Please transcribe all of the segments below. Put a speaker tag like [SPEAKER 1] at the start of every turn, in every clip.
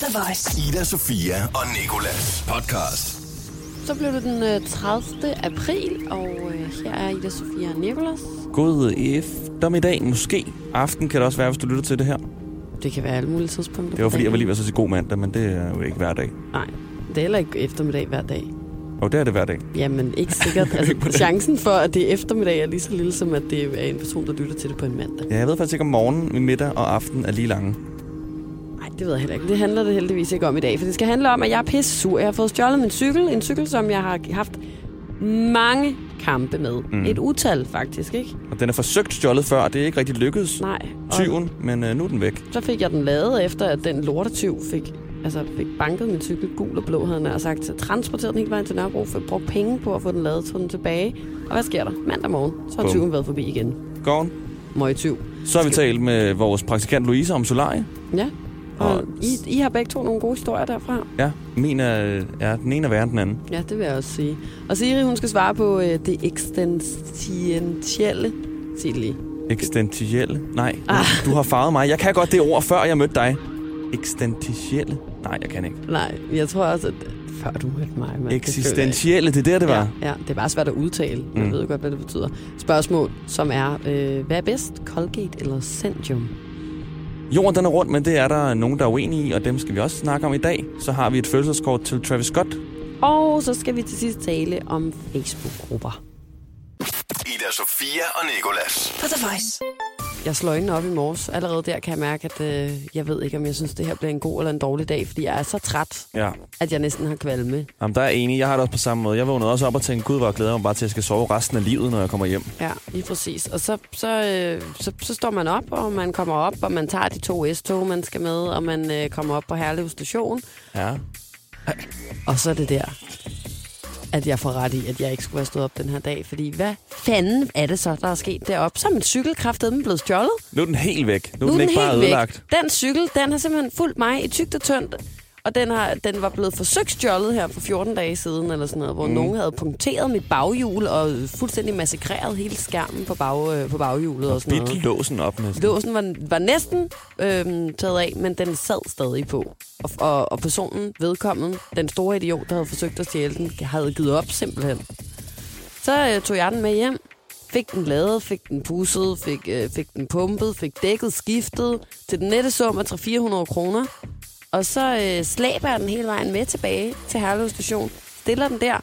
[SPEAKER 1] The Voice.
[SPEAKER 2] Ida, Sofia og Nikolas podcast.
[SPEAKER 3] Så blev det den øh, 30. april, og øh, her er Ida Sofia og Nicolas.
[SPEAKER 4] God eftermiddag, måske. Aften kan det også være, hvis du lytter til det her.
[SPEAKER 3] Det kan være alle mulige tidspunkter.
[SPEAKER 4] Det var
[SPEAKER 3] på
[SPEAKER 4] fordi, jeg var
[SPEAKER 3] dagen.
[SPEAKER 4] lige ved at sige god mandag, men det er jo ikke hver dag.
[SPEAKER 3] Nej, det er heller ikke eftermiddag hver dag.
[SPEAKER 4] Og det er det hver dag.
[SPEAKER 3] Jamen, ikke sikkert. altså, chancen for, at det er eftermiddag, er lige så lille, som at det er en person, der lytter til det på en mandag.
[SPEAKER 4] Ja, jeg ved faktisk ikke, om morgenen, middag og aften er lige lange.
[SPEAKER 3] Nej, det ved jeg heller ikke. Det handler det heldigvis ikke om i dag, for det skal handle om, at jeg er pisse sur. Jeg har fået stjålet min cykel, en cykel, som jeg har haft mange kampe med. Mm. Et utal, faktisk, ikke?
[SPEAKER 4] Og den er forsøgt stjålet før, og det er ikke rigtig lykkedes.
[SPEAKER 3] Nej. Og
[SPEAKER 4] Tyven, men øh, nu er den væk.
[SPEAKER 3] Så fik jeg den lavet efter, at den lortetyv fik, altså fik banket min cykel gul og blå, havde han nær sagt. Så transporterede den hele vejen til Nørrebro, for brugt penge på at få den lavet, tog den tilbage. Og hvad sker der? Mandag morgen, så har
[SPEAKER 4] Bum.
[SPEAKER 3] tyven været forbi igen.
[SPEAKER 4] Gården.
[SPEAKER 3] Møg tyv.
[SPEAKER 4] Så har vi talt med vores praktikant Louise om solarie.
[SPEAKER 3] Ja. Og,
[SPEAKER 4] Og-
[SPEAKER 3] I, I, har begge to nogle gode historier derfra.
[SPEAKER 4] Ja, min er, er den ene er værre end den anden.
[SPEAKER 3] Ja, det vil jeg også sige. Og Siri, hun skal svare på øh, det eksistentielle. Sig det lige.
[SPEAKER 4] Eksistentielle? Nej, ah. du har farvet mig. Jeg kan godt det ord, før jeg mødte dig. Eksistentielle? Nej, jeg kan ikke.
[SPEAKER 3] Nej, jeg tror også, at før du mødte mig. Men
[SPEAKER 4] Eksistentielle, det er der, det var.
[SPEAKER 3] Ja, ja, det er bare svært at udtale. Jeg
[SPEAKER 4] Mm.
[SPEAKER 3] ved godt, hvad det betyder. Spørgsmål, som er, øh, hvad er bedst, Colgate eller Centium?
[SPEAKER 4] Jorden den er rundt, men det er der nogen, der er uenige i, og dem skal vi også snakke om i dag. Så har vi et følelseskort til Travis Scott.
[SPEAKER 3] Og så skal vi til sidst tale om Facebook-grupper.
[SPEAKER 2] Ida, Sofia og Nikolas.
[SPEAKER 1] På The Voice.
[SPEAKER 3] Jeg slår øjnene op i morges. Allerede der kan jeg mærke, at øh, jeg ved ikke, om jeg synes, det her bliver en god eller en dårlig dag, fordi jeg er så træt,
[SPEAKER 4] Ja.
[SPEAKER 3] at jeg næsten har kvalme.
[SPEAKER 4] Jamen, der er jeg enig. Jeg har det også på samme måde. Jeg vågnede også op og tænkte, gud, hvor jeg glæder mig bare til, at jeg skal sove resten af livet, når jeg kommer hjem.
[SPEAKER 3] Ja, lige præcis. Og så, så, øh, så, så står man op, og man kommer op, og man tager de to S-tog, man skal med, og man øh, kommer op på Herlev station.
[SPEAKER 4] Ja.
[SPEAKER 3] Og så er det der, at jeg får ret i, at jeg ikke skulle have stået op den her dag. Fordi hvad fanden er det så, der er sket deroppe? Så er min cykel kraftedeme blevet stjålet.
[SPEAKER 4] Nu er den helt væk. Nu er
[SPEAKER 3] Nu
[SPEAKER 4] den,
[SPEAKER 3] er den
[SPEAKER 4] ikke bare
[SPEAKER 3] helt
[SPEAKER 4] ødelagt.
[SPEAKER 3] væk. Den cykel, den har simpelthen fulgt mig i tygt og tyndt. Og den, har, den var blevet forsøgt stjålet her for 14 dage siden, eller sådan noget, hvor mm. nogen havde punkteret mit baghjul og fuldstændig massakreret hele skærmen på, bag, øh, på baghjulet og, og sådan noget.
[SPEAKER 4] Bidt låsen op næsten.
[SPEAKER 3] Låsen var, var næsten øhm, taget af, men den sad stadig på. Og, og, og personen, vedkommende, den store idiot, der havde forsøgt at stjæle den, havde givet op simpelthen. Så øh, tog jeg den med hjem, fik den lavet, fik den pusset, fik, øh, fik den pumpet, fik dækket, skiftet til den nette sum af 300-400 kroner. Og så øh, slæber jeg den hele vejen med tilbage til Herlev station, stiller den der,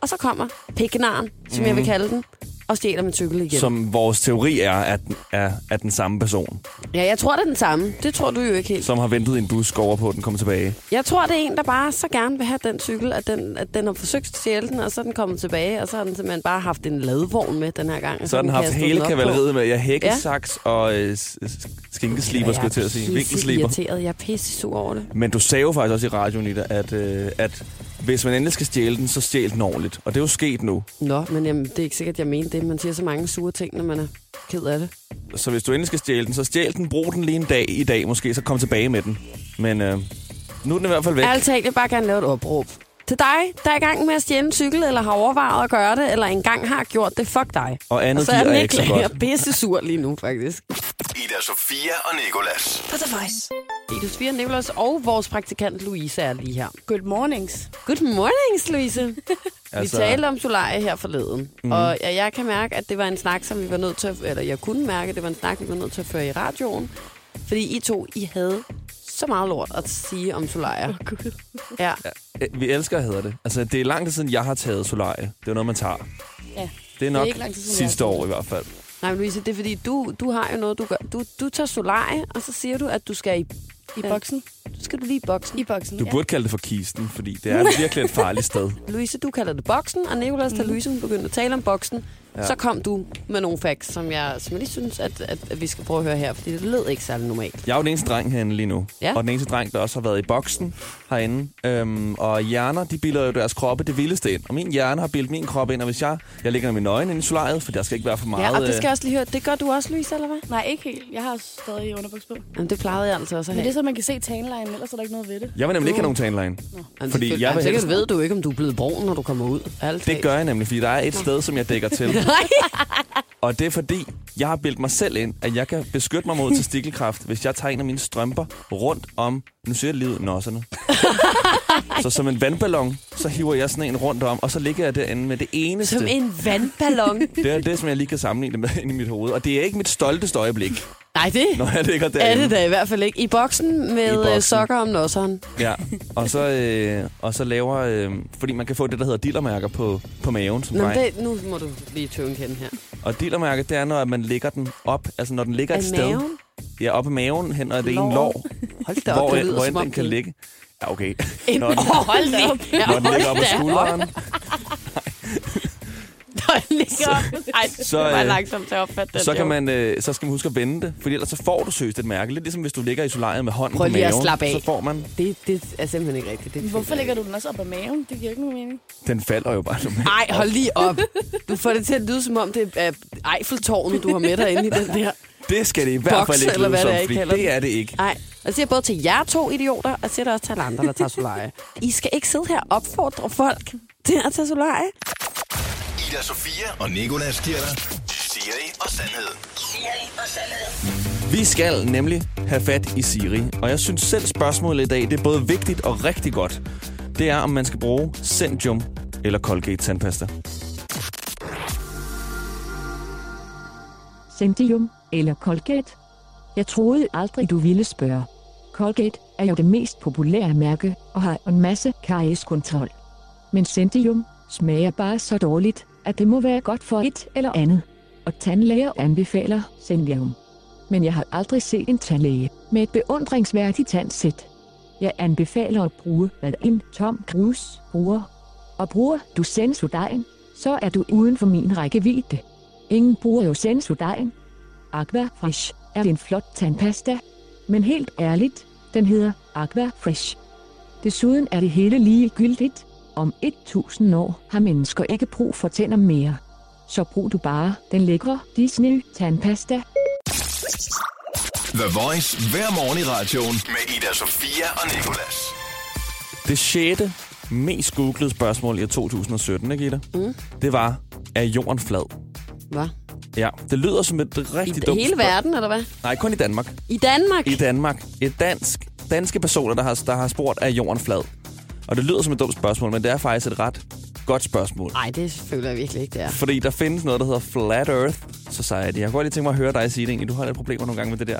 [SPEAKER 3] og så kommer pikkenaren, som mm. jeg vil kalde den, og stjæler min cykel igen.
[SPEAKER 4] Som vores teori er, at den er, er den samme person,
[SPEAKER 3] Ja, jeg tror, det er den samme. Det tror du jo ikke helt.
[SPEAKER 4] som har ventet i en bus, går over på, at den kommer tilbage.
[SPEAKER 3] Jeg tror, det er en, der bare så gerne vil have den cykel, at den, at den har forsøgt at stjæle den, og så er den kommet tilbage, og så har den simpelthen bare haft en ladvogn med den her gang. og
[SPEAKER 4] Så har den haft
[SPEAKER 3] kastet
[SPEAKER 4] hele
[SPEAKER 3] op på.
[SPEAKER 4] kavaleriet med. Ja, hækkesaks og øh, s- s- skinkesliber, skulle jeg til at sige.
[SPEAKER 3] Jeg er pisse
[SPEAKER 4] Vinkelsliber.
[SPEAKER 3] irriteret. Jeg er pisse sur over det.
[SPEAKER 4] Men du sagde jo faktisk også i radioen, Ida, at, øh, at hvis man endelig skal stjæle den, så stjæl den ordentligt. Og det er jo sket nu.
[SPEAKER 3] Nå, men jamen, det er ikke sikkert, jeg mener det. Man siger så mange sure ting, når man er ked af det.
[SPEAKER 4] Så hvis du endelig skal stjæle den, så stjæl den. Brug den lige en dag i dag måske, så kom tilbage med den. Men øh, nu er den i hvert fald
[SPEAKER 5] Altså-
[SPEAKER 4] væk.
[SPEAKER 3] Ærligt talt, jeg vil bare gerne lave et opråb. Til dig, der er i gang med at stjæle en cykel, eller har overvejet at gøre det, eller engang har gjort det, fuck dig.
[SPEAKER 4] Og andet
[SPEAKER 3] og så er
[SPEAKER 4] giver
[SPEAKER 3] den ikke
[SPEAKER 4] jeg ikke så
[SPEAKER 3] længere.
[SPEAKER 4] godt.
[SPEAKER 3] Jeg er pisse sur lige nu, faktisk.
[SPEAKER 2] Ida, Sofia og Nikolas.
[SPEAKER 1] På The Voice.
[SPEAKER 3] Ida Sofia Nicholas og vores praktikant Louise er lige her.
[SPEAKER 5] Good mornings.
[SPEAKER 3] Good mornings, Louise. altså...
[SPEAKER 4] Altså-
[SPEAKER 3] Vi talte om solarie her forleden, mm. og jeg, jeg kan mærke, at det var en snak, som vi var nødt til at, eller jeg kunne mærke, at det var en snak, vi var nødt til at føre i radioen, fordi I to, I havde så meget lort at sige om solarier. Oh, Gud. Ja.
[SPEAKER 4] Øh, Vi elsker at hedder det. Altså, det er lang tid siden, jeg har taget solarie. Det er noget, man tager.
[SPEAKER 5] Ja.
[SPEAKER 4] Det er nok
[SPEAKER 5] ikke lang tid siden, jeg har
[SPEAKER 4] sidste
[SPEAKER 5] taget
[SPEAKER 4] år i hvert fald.
[SPEAKER 3] Nej, men Louise, det er fordi, du, du har jo noget, du gør. Du, du tager solarie, og så siger du, at du skal i,
[SPEAKER 5] I
[SPEAKER 3] Ja.
[SPEAKER 5] boksen.
[SPEAKER 3] du skal du lige i boksen.
[SPEAKER 5] I boksen,
[SPEAKER 4] Du
[SPEAKER 5] ja.
[SPEAKER 4] burde kalde det for kisten, fordi det er virkelig et farligt sted.
[SPEAKER 3] Louise, du kalder det boksen, og Nicolas, da Louise hun begyndte at tale om boksen, ja. så kom du med nogle facts, som jeg, som jeg lige synes, at, at, at vi skal prøve at høre her, fordi det lød ikke særlig normalt.
[SPEAKER 4] Jeg er jo den eneste dreng herinde lige nu.
[SPEAKER 3] Ja.
[SPEAKER 4] Og den eneste dreng, der også har været i boksen herinde. Øhm, og hjerner, de bilder jo deres kroppe det vildeste ind. Og min hjerne har bildet min krop ind, og hvis jeg, jeg ligger med nøgen inde i solariet, for der skal ikke være for meget...
[SPEAKER 3] Ja, og det skal
[SPEAKER 4] øh,
[SPEAKER 3] jeg også lige høre. Det gør du også, Louise, eller hvad?
[SPEAKER 5] Nej, ikke helt. Jeg har stadig underbuks på. Men
[SPEAKER 3] Jamen, det plejede jeg altså også at
[SPEAKER 5] det er
[SPEAKER 3] have.
[SPEAKER 5] så, man kan se tanlinen, ellers er der ikke noget ved det.
[SPEAKER 4] Jeg vil nemlig ikke have nogen tanline.
[SPEAKER 3] Jamen,
[SPEAKER 4] fordi
[SPEAKER 3] selvfølgelig.
[SPEAKER 4] jeg
[SPEAKER 3] Jamen,
[SPEAKER 4] vil
[SPEAKER 3] sikkert
[SPEAKER 4] helst-
[SPEAKER 3] ved du ikke, om du er blevet brun, når du kommer ud. Alt
[SPEAKER 4] Det gør jeg nemlig, fordi der er et sted, som jeg dækker til.
[SPEAKER 3] Nej.
[SPEAKER 4] Og det er fordi, jeg har bildt mig selv ind, at jeg kan beskytte mig mod testikelkræft, hvis jeg tager en af mine strømper rundt om, nu ser jeg lige ud, nosserne. så som en vandballon, så hiver jeg sådan en rundt om, og så ligger jeg derinde med det eneste.
[SPEAKER 3] Som en vandballon.
[SPEAKER 4] Det er det, som jeg lige kan sammenligne det med ind i mit hoved. Og det er ikke mit stolteste øjeblik,
[SPEAKER 3] Nej, det
[SPEAKER 4] når jeg ligger
[SPEAKER 3] er
[SPEAKER 4] derinde.
[SPEAKER 3] det da i hvert fald ikke. I boksen med
[SPEAKER 4] I
[SPEAKER 3] I
[SPEAKER 4] boksen.
[SPEAKER 3] sokker om nosseren.
[SPEAKER 4] Ja. Og så, øh, og så laver... Øh, fordi man kan få det, der hedder dillermærker på, på maven som
[SPEAKER 3] Nå,
[SPEAKER 4] dreng.
[SPEAKER 3] men det, nu må du lige tøven kende her.
[SPEAKER 4] Og dillermærket, det er, når man lægger den op. Altså, når den ligger et
[SPEAKER 3] Af
[SPEAKER 4] sted.
[SPEAKER 3] maven?
[SPEAKER 4] Ja, op i maven, hen og det er en
[SPEAKER 3] Lår.
[SPEAKER 4] lår.
[SPEAKER 3] Hold da op,
[SPEAKER 4] Hvor,
[SPEAKER 3] det
[SPEAKER 4] end,
[SPEAKER 3] lyder
[SPEAKER 4] hvor
[SPEAKER 3] som
[SPEAKER 4] end
[SPEAKER 3] om
[SPEAKER 4] den kan
[SPEAKER 3] det-
[SPEAKER 4] ligge. Ja, okay.
[SPEAKER 3] En,
[SPEAKER 4] Når den,
[SPEAKER 3] Åh, hold da op. Ja,
[SPEAKER 4] når den
[SPEAKER 3] hold
[SPEAKER 4] ligger op på
[SPEAKER 3] da
[SPEAKER 4] skulderen.
[SPEAKER 3] Når den ligger op.
[SPEAKER 5] Ej,
[SPEAKER 4] Så,
[SPEAKER 5] så, det var
[SPEAKER 4] øh,
[SPEAKER 5] langsomt til at opfatte den.
[SPEAKER 4] Så, kan
[SPEAKER 5] jo.
[SPEAKER 4] man, øh, så skal man huske at vende det, for ellers så får du søst et mærke. Lidt ligesom hvis du ligger i solariet med hånden
[SPEAKER 3] Prøv
[SPEAKER 4] på
[SPEAKER 3] lige
[SPEAKER 4] maven.
[SPEAKER 3] at slappe af.
[SPEAKER 4] Så får man...
[SPEAKER 3] Det, det er simpelthen ikke rigtigt. Det er
[SPEAKER 5] Hvorfor
[SPEAKER 3] fint.
[SPEAKER 5] lægger du den også op ad maven? Det giver ikke nogen mening.
[SPEAKER 4] Den falder jo bare.
[SPEAKER 3] Ej, hold lige op. Du får det til at lyde, som om det er Eiffeltårnet, du har med dig inde i den der.
[SPEAKER 4] Det skal det i hvert
[SPEAKER 3] Boks,
[SPEAKER 4] fald ikke
[SPEAKER 3] eller hvad
[SPEAKER 4] lyde som,
[SPEAKER 3] det er, I
[SPEAKER 4] fordi
[SPEAKER 3] kalder
[SPEAKER 4] det
[SPEAKER 3] den.
[SPEAKER 4] er det ikke.
[SPEAKER 3] Nej, og jeg siger både til jer to idioter, og siger det også til alle andre, der tager solarie. I skal ikke sidde her og opfordre folk til at tage solarie.
[SPEAKER 2] Ida Sofia og Nikolas giver dig Siri og Sandhed.
[SPEAKER 4] Vi skal nemlig have fat i Siri, og jeg synes selv spørgsmålet i dag, det er både vigtigt og rigtig godt. Det er, om man skal bruge Centium eller Colgate tandpasta.
[SPEAKER 1] Centium eller Colgate? Jeg troede aldrig, du ville spørge. Colgate er jo det mest populære mærke og har en masse karieskontrol. Men Centium smager bare så dårligt, at det må være godt for et eller andet. Og tandlæger anbefaler Centium. Men jeg har aldrig set en tandlæge med et beundringsværdigt tandsæt. Jeg anbefaler at bruge, hvad en tom grus bruger. Og bruger du Sensodyne, så er du uden for min rækkevidde. Ingen bruger jo Sensodyne. Aqua Fresh er en flot tandpasta. Men helt ærligt, den hedder Aqua Fresh. Desuden er det hele ligegyldigt. Om 1000 år har mennesker ikke brug for tænder mere. Så brug du bare den lækre Disney tandpasta.
[SPEAKER 2] The Voice hver morgen i radioen med Ida Sofia og Nikolas.
[SPEAKER 4] Det sjette mest googlede spørgsmål i år 2017, ikke Ida? Mm. Det var, er jorden flad?
[SPEAKER 3] Hvad?
[SPEAKER 4] Ja, det lyder som et
[SPEAKER 3] I
[SPEAKER 4] rigtig
[SPEAKER 3] d-
[SPEAKER 4] dumt
[SPEAKER 3] hele
[SPEAKER 4] spørg-
[SPEAKER 3] verden, eller hvad?
[SPEAKER 4] Nej, kun i Danmark.
[SPEAKER 3] I Danmark?
[SPEAKER 4] I Danmark. Et dansk, danske personer, der har, der har spurgt, er jorden flad? Og det lyder som et dumt spørgsmål, men det er faktisk et ret godt spørgsmål.
[SPEAKER 3] Nej, det føler jeg virkelig ikke, det er.
[SPEAKER 4] Fordi der findes noget, der hedder Flat Earth Society. Jeg kunne godt lige tænke mig at høre dig sige det egentlig. Du har lidt problemer nogle gange med det der.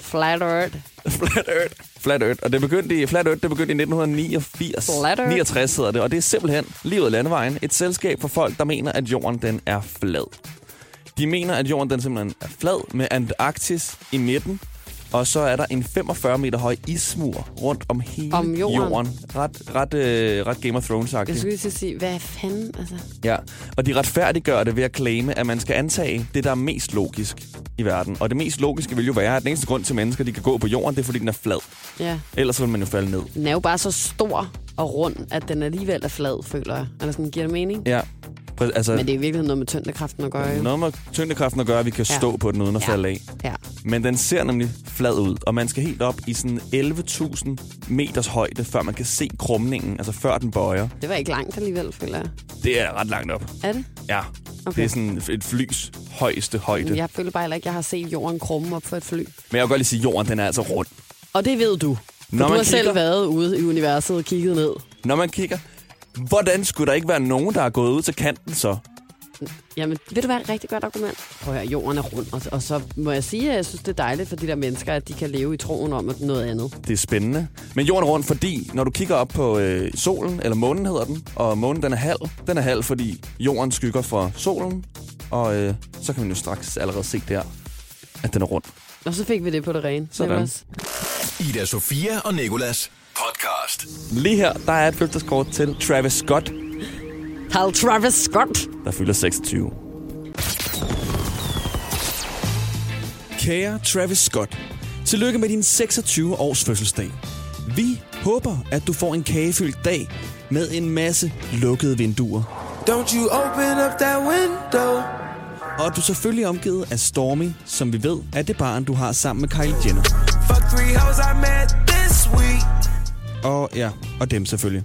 [SPEAKER 3] Flat Earth.
[SPEAKER 4] Flat Earth. Flat Earth. Og det begyndte i, Flat Earth, det begyndte i 1989.
[SPEAKER 3] Flat Earth.
[SPEAKER 4] 69 hedder det. Og det er simpelthen Livet af Landevejen. Et selskab for folk, der mener, at jorden den er flad. De mener, at jorden den simpelthen er flad med Antarktis i midten. Og så er der en 45 meter høj ismur rundt om hele
[SPEAKER 3] Om jorden.
[SPEAKER 4] jorden. Ret, ret, øh, ret Game of
[SPEAKER 3] Jeg
[SPEAKER 4] Thrones-agtigt.
[SPEAKER 3] skulle lige til at sige, hvad fanden, altså?
[SPEAKER 4] Ja, og de retfærdiggør det ved at claime, at man skal antage det, der er mest logisk i verden. Og det mest logiske vil jo være, at den eneste grund til, at mennesker de kan gå på jorden, det er, fordi den er flad.
[SPEAKER 3] Ja.
[SPEAKER 4] Ellers vil man jo falde ned.
[SPEAKER 3] Den er jo bare så stor og rund, at den alligevel er flad, føler jeg. Eller sådan, giver det mening?
[SPEAKER 4] Ja, præ- altså,
[SPEAKER 3] Men det er i virkeligheden noget med tyngdekraften at gøre, jo.
[SPEAKER 4] noget med tyngdekraften at gøre, at vi kan
[SPEAKER 3] Ja.
[SPEAKER 4] stå på den uden at
[SPEAKER 3] Ja.
[SPEAKER 4] falde af.
[SPEAKER 3] Ja.
[SPEAKER 4] Men den ser nemlig flad ud, og man skal helt op i sådan 11.000 meters højde, før man kan se krumningen, altså før den bøjer.
[SPEAKER 3] Det var ikke langt alligevel, føler jeg.
[SPEAKER 4] Det er ret langt op.
[SPEAKER 3] Er det?
[SPEAKER 4] Ja, okay.
[SPEAKER 3] Okay.
[SPEAKER 4] det er sådan et flys højeste højde. Ja.
[SPEAKER 3] Jeg føler bare heller ikke, at jeg har set jorden krumme op for et fly.
[SPEAKER 4] Men jeg vil godt lige sige, at jorden den er altså rund.
[SPEAKER 3] Og det ved du. For
[SPEAKER 4] Når
[SPEAKER 3] du
[SPEAKER 4] man
[SPEAKER 3] har selv
[SPEAKER 4] kigger-
[SPEAKER 3] været ude i universet og kigget ned.
[SPEAKER 4] når man kigger, hvordan skulle der ikke være nogen, der er gået ud til kanten så?
[SPEAKER 3] Jamen, vil du være et rigtig godt argument? Prøv at høre, jorden er rund, og, og så må jeg sige, at jeg synes, det er dejligt for de der mennesker, at de kan leve i troen om at noget andet.
[SPEAKER 4] Det er spændende. Men jorden er rundt, fordi når du kigger op på øh, solen, eller månen hedder den, og månen den er halv, den er halv, fordi jorden skygger fra solen, og øh, så kan man jo straks allerede se der, at den er rund.
[SPEAKER 3] Og så fik vi det på det rene.
[SPEAKER 4] Sådan.
[SPEAKER 3] Det var også-
[SPEAKER 2] Ida Sofia og Nikolas podcast.
[SPEAKER 4] Lige her, der er et flygteskort til Travis Scott,
[SPEAKER 3] Carl Travis Scott.
[SPEAKER 4] der fylder 26. Kære Travis Scott, tillykke med din 26 års fødselsdag. Vi håber, at du får en kagefyldt dag med en masse lukkede vinduer.
[SPEAKER 6] Don't you open up that window.
[SPEAKER 4] Og at du selvfølgelig er omgivet af Stormy, som vi ved er det barn, du har sammen med Kylie Jenner.
[SPEAKER 6] Fuck three hoes I met this week.
[SPEAKER 4] Og ja, og dem selvfølgelig.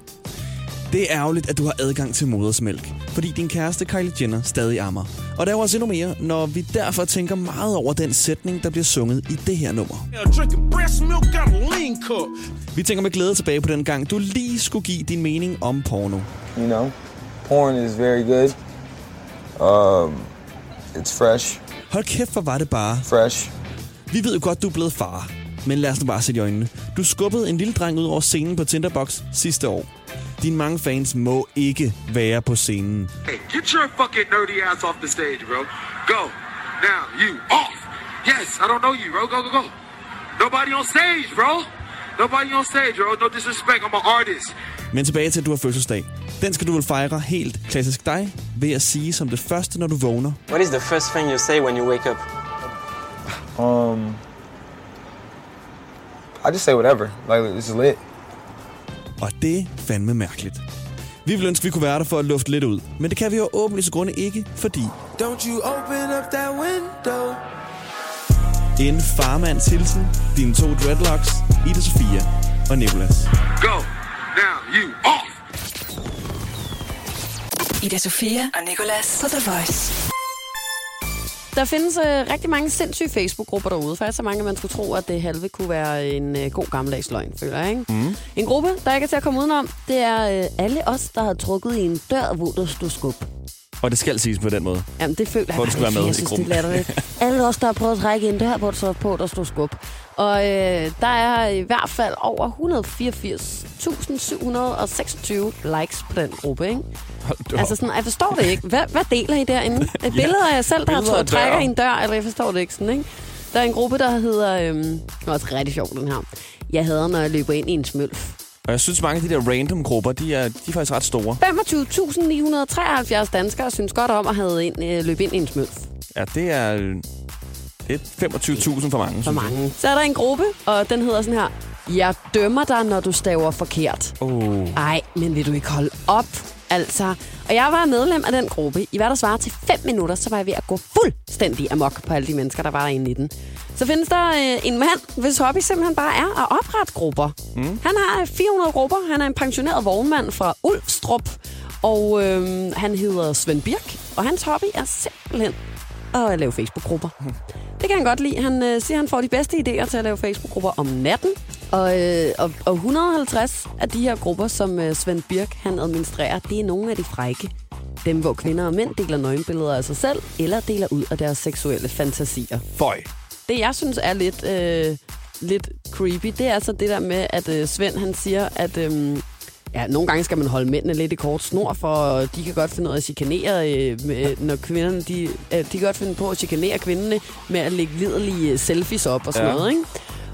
[SPEAKER 7] Det er ærgerligt, at du har adgang til modersmælk, fordi din kæreste Kylie Jenner stadig ammer. Og der er jo også endnu mere, når vi derfor tænker meget over den sætning, der bliver sunget i det her nummer.
[SPEAKER 8] Drinking breast milk out of lean cup.
[SPEAKER 7] Vi tænker med glæde tilbage på den gang, du lige skulle give din mening om porno.
[SPEAKER 9] you know porn is very good um it's fresh
[SPEAKER 7] Hold kæft, hvor var det bare.
[SPEAKER 9] fresh
[SPEAKER 7] Vi ved jo godt, du er blevet far. Men lad os nu bare sætte i øjnene. Du skubbede en lille dreng ud over scenen på Tinderbox sidste år. Dine mange fans må ikke være på scenen.
[SPEAKER 8] Hey, get your fucking nerdy ass off the stage, bro. Go. Now, you off. Yes, I don't know you, bro. Go, go, go. Nobody on stage, bro. Nobody on stage, bro. No disrespect. I'm an artist.
[SPEAKER 7] Men tilbage til, at du har fødselsdag. Den skal du vel fejre helt klassisk dig ved at sige som det første, når du vågner.
[SPEAKER 10] What is the first thing you say when you wake up?
[SPEAKER 9] i just say whatever like this is lit
[SPEAKER 7] Og det er fandme mærkeligt. Vi ville ønske, vi kunne være der for at lufte lidt ud. Men det kan vi jo åbenlyse grunde ikke, fordi
[SPEAKER 6] Don't you open up that window?
[SPEAKER 7] en farmands hilsen, dine to dreadlocks, Ida Sofia og Nicolas.
[SPEAKER 8] Go. Now, you off.
[SPEAKER 11] Ida Sofia og Nicolas på The Voice.
[SPEAKER 3] Der findes øh, rigtig mange sindssyge Facebook-grupper derude. Faktisk så mange, at man skulle tro, at det halve kunne være en øh, god gammeldags løgn, føler jeg. Ikke? Mm. En gruppe, der ikke er til at komme udenom, det er øh, alle os, der har trukket i en dør, hvor der stod skub.
[SPEAKER 4] Og det skal siges på den måde.
[SPEAKER 3] Jamen, det føler jeg
[SPEAKER 4] Hvor du skulle
[SPEAKER 3] faktisk,
[SPEAKER 4] være med
[SPEAKER 3] jeg
[SPEAKER 4] i
[SPEAKER 3] synes,
[SPEAKER 4] gruppen.
[SPEAKER 3] det er latterligt. Alle os, der har prøvet at trække i en dør, hvor der står på, der stod skub. Og øh, der er i hvert fald over 184.726 likes på den gruppe, ikke?
[SPEAKER 4] Hold da
[SPEAKER 3] Altså
[SPEAKER 4] altså,
[SPEAKER 3] sådan, jeg forstår det ikke. Hvad, hvad deler I derinde? Er Billeder af jer selv, der har
[SPEAKER 4] Billeder af
[SPEAKER 3] trukket trækker
[SPEAKER 4] døre.
[SPEAKER 3] i en dør, eller jeg forstår det ikke sådan, ikke? Der er en gruppe, der hedder... Øhm, det er også rigtig sjov, den her. Jeg hader, når jeg løber ind i en smølf.
[SPEAKER 4] Og jeg synes, mange af de der random grupper, de er, de er faktisk ret store.
[SPEAKER 3] 25.973 danskere synes godt om at have ind, øh, løbe ind i en smølf.
[SPEAKER 4] Ja, det er... øh, Det er 25.000 for mange.
[SPEAKER 3] For mange. Så er der en gruppe, og den hedder sådan her. Jeg dømmer dig, når du staver forkert.
[SPEAKER 4] Oh.
[SPEAKER 3] Ej, men vil du ikke holde op? Altså, og jeg var medlem af den gruppe. I hvad der svarer til 5 minutter, så var jeg ved at gå fuldstændig amok på alle de mennesker, der var inde i den. Så findes der øh, en mand, hvis hobby simpelthen bare er at oprette grupper. Mm. Han har øh, 400 grupper. Han er en pensioneret vognmand fra Ulfstrup. Og øh, han hedder Svend Birk. Og hans hobby er simpelthen at lave Facebook-grupper. Det kan han godt lide. Han øh, siger, han får de bedste idéer til at lave Facebook-grupper om natten. Og, øh, og, og 150 af de her grupper, som øh, Svend Birk han administrerer, det er nogle af de frække. Dem, hvor kvinder og mænd deler nøgenbilleder af sig selv, eller deler ud af deres seksuelle fantasier.
[SPEAKER 4] Føj.
[SPEAKER 3] Det, jeg synes er lidt, øh, lidt creepy, det er altså det der med, at øh, Svend han siger, at... Øh, Ja, nogle gange skal man holde mændene lidt i kort snor, for de kan godt finde ud af at chikanere, øh, med, når kvinderne, de, øh, de kan godt finde på at chikanere kvinderne med at lægge liderlige øh, selfies op og sådan
[SPEAKER 4] Ja.
[SPEAKER 3] ja. noget, ikke?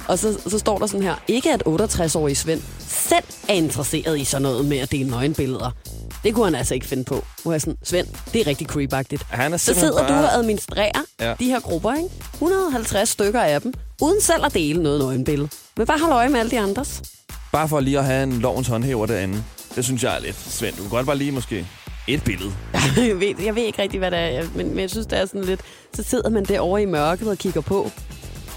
[SPEAKER 3] Og så, så står der sådan her, ikke at 68-årige Svend selv er interesseret i sådan noget med at dele nøgenbilleder. Det kunne han altså ikke finde på. Hvor jeg sådan, Svend, det er rigtig creepagtigt.
[SPEAKER 4] Han er
[SPEAKER 3] Så
[SPEAKER 4] simpelthen
[SPEAKER 3] sidder bare... du
[SPEAKER 4] bare-
[SPEAKER 3] og administrerer
[SPEAKER 4] Ja.
[SPEAKER 3] ja. de her grupper, ikke? 150 stykker af dem, uden selv at dele noget nøgenbillede. Men bare holde øje med alle de andres.
[SPEAKER 4] Bare for lige at have en lovens håndhæver derinde. Det synes jeg er lidt. Svend, du kan godt bare lige måske et billede.
[SPEAKER 3] jeg, ved, jeg ved ikke rigtig, hvad det er, jeg- men, men jeg synes, det er sådan lidt... Så sidder man derovre i mørket og kigger på,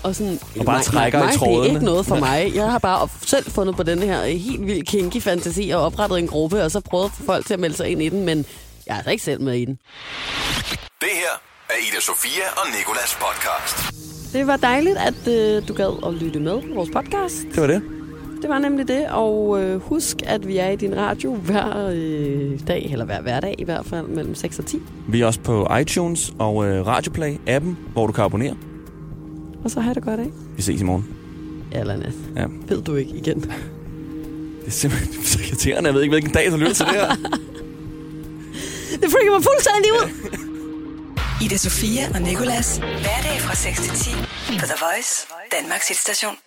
[SPEAKER 3] og sådan...
[SPEAKER 4] Og bare
[SPEAKER 3] nej,
[SPEAKER 4] trækker i
[SPEAKER 3] nej, nej, det er
[SPEAKER 4] trådene."
[SPEAKER 3] ikke noget for mig. Jeg har bare op- selv fundet på den her helt vildt kinky fantasi og oprettet en gruppe, og så prøvet at få folk til at melde sig ind i den, men jeg er altså ikke selv med i den.
[SPEAKER 2] Det her er Ida Sofia og Nikolas podcast.
[SPEAKER 3] Det var dejligt, at øh, du gad at lytte med vores podcast.
[SPEAKER 4] Det var det.
[SPEAKER 3] Det var nemlig det, og øh, husk, at vi er i din radio hver øh, dag, eller hver hverdag i hvert fald, mellem 6 og 10.
[SPEAKER 4] Vi er også på iTunes og øh, Radioplay-appen, hvor du kan abonnere.
[SPEAKER 3] Og så har det godt, ikke?
[SPEAKER 4] Vi ses i morgen.
[SPEAKER 3] Eller næst.
[SPEAKER 4] Ja.
[SPEAKER 3] Ved du ikke igen.
[SPEAKER 4] Det er simpelthen så irriterende. Jeg ved ikke, hvilken dag, der lytter til det her.
[SPEAKER 3] Det freaker mig fuldstændig ud!
[SPEAKER 11] Ida Sofia og Nicolas. Hverdag fra 6 til 10 på The Voice. Danmarks hitstation.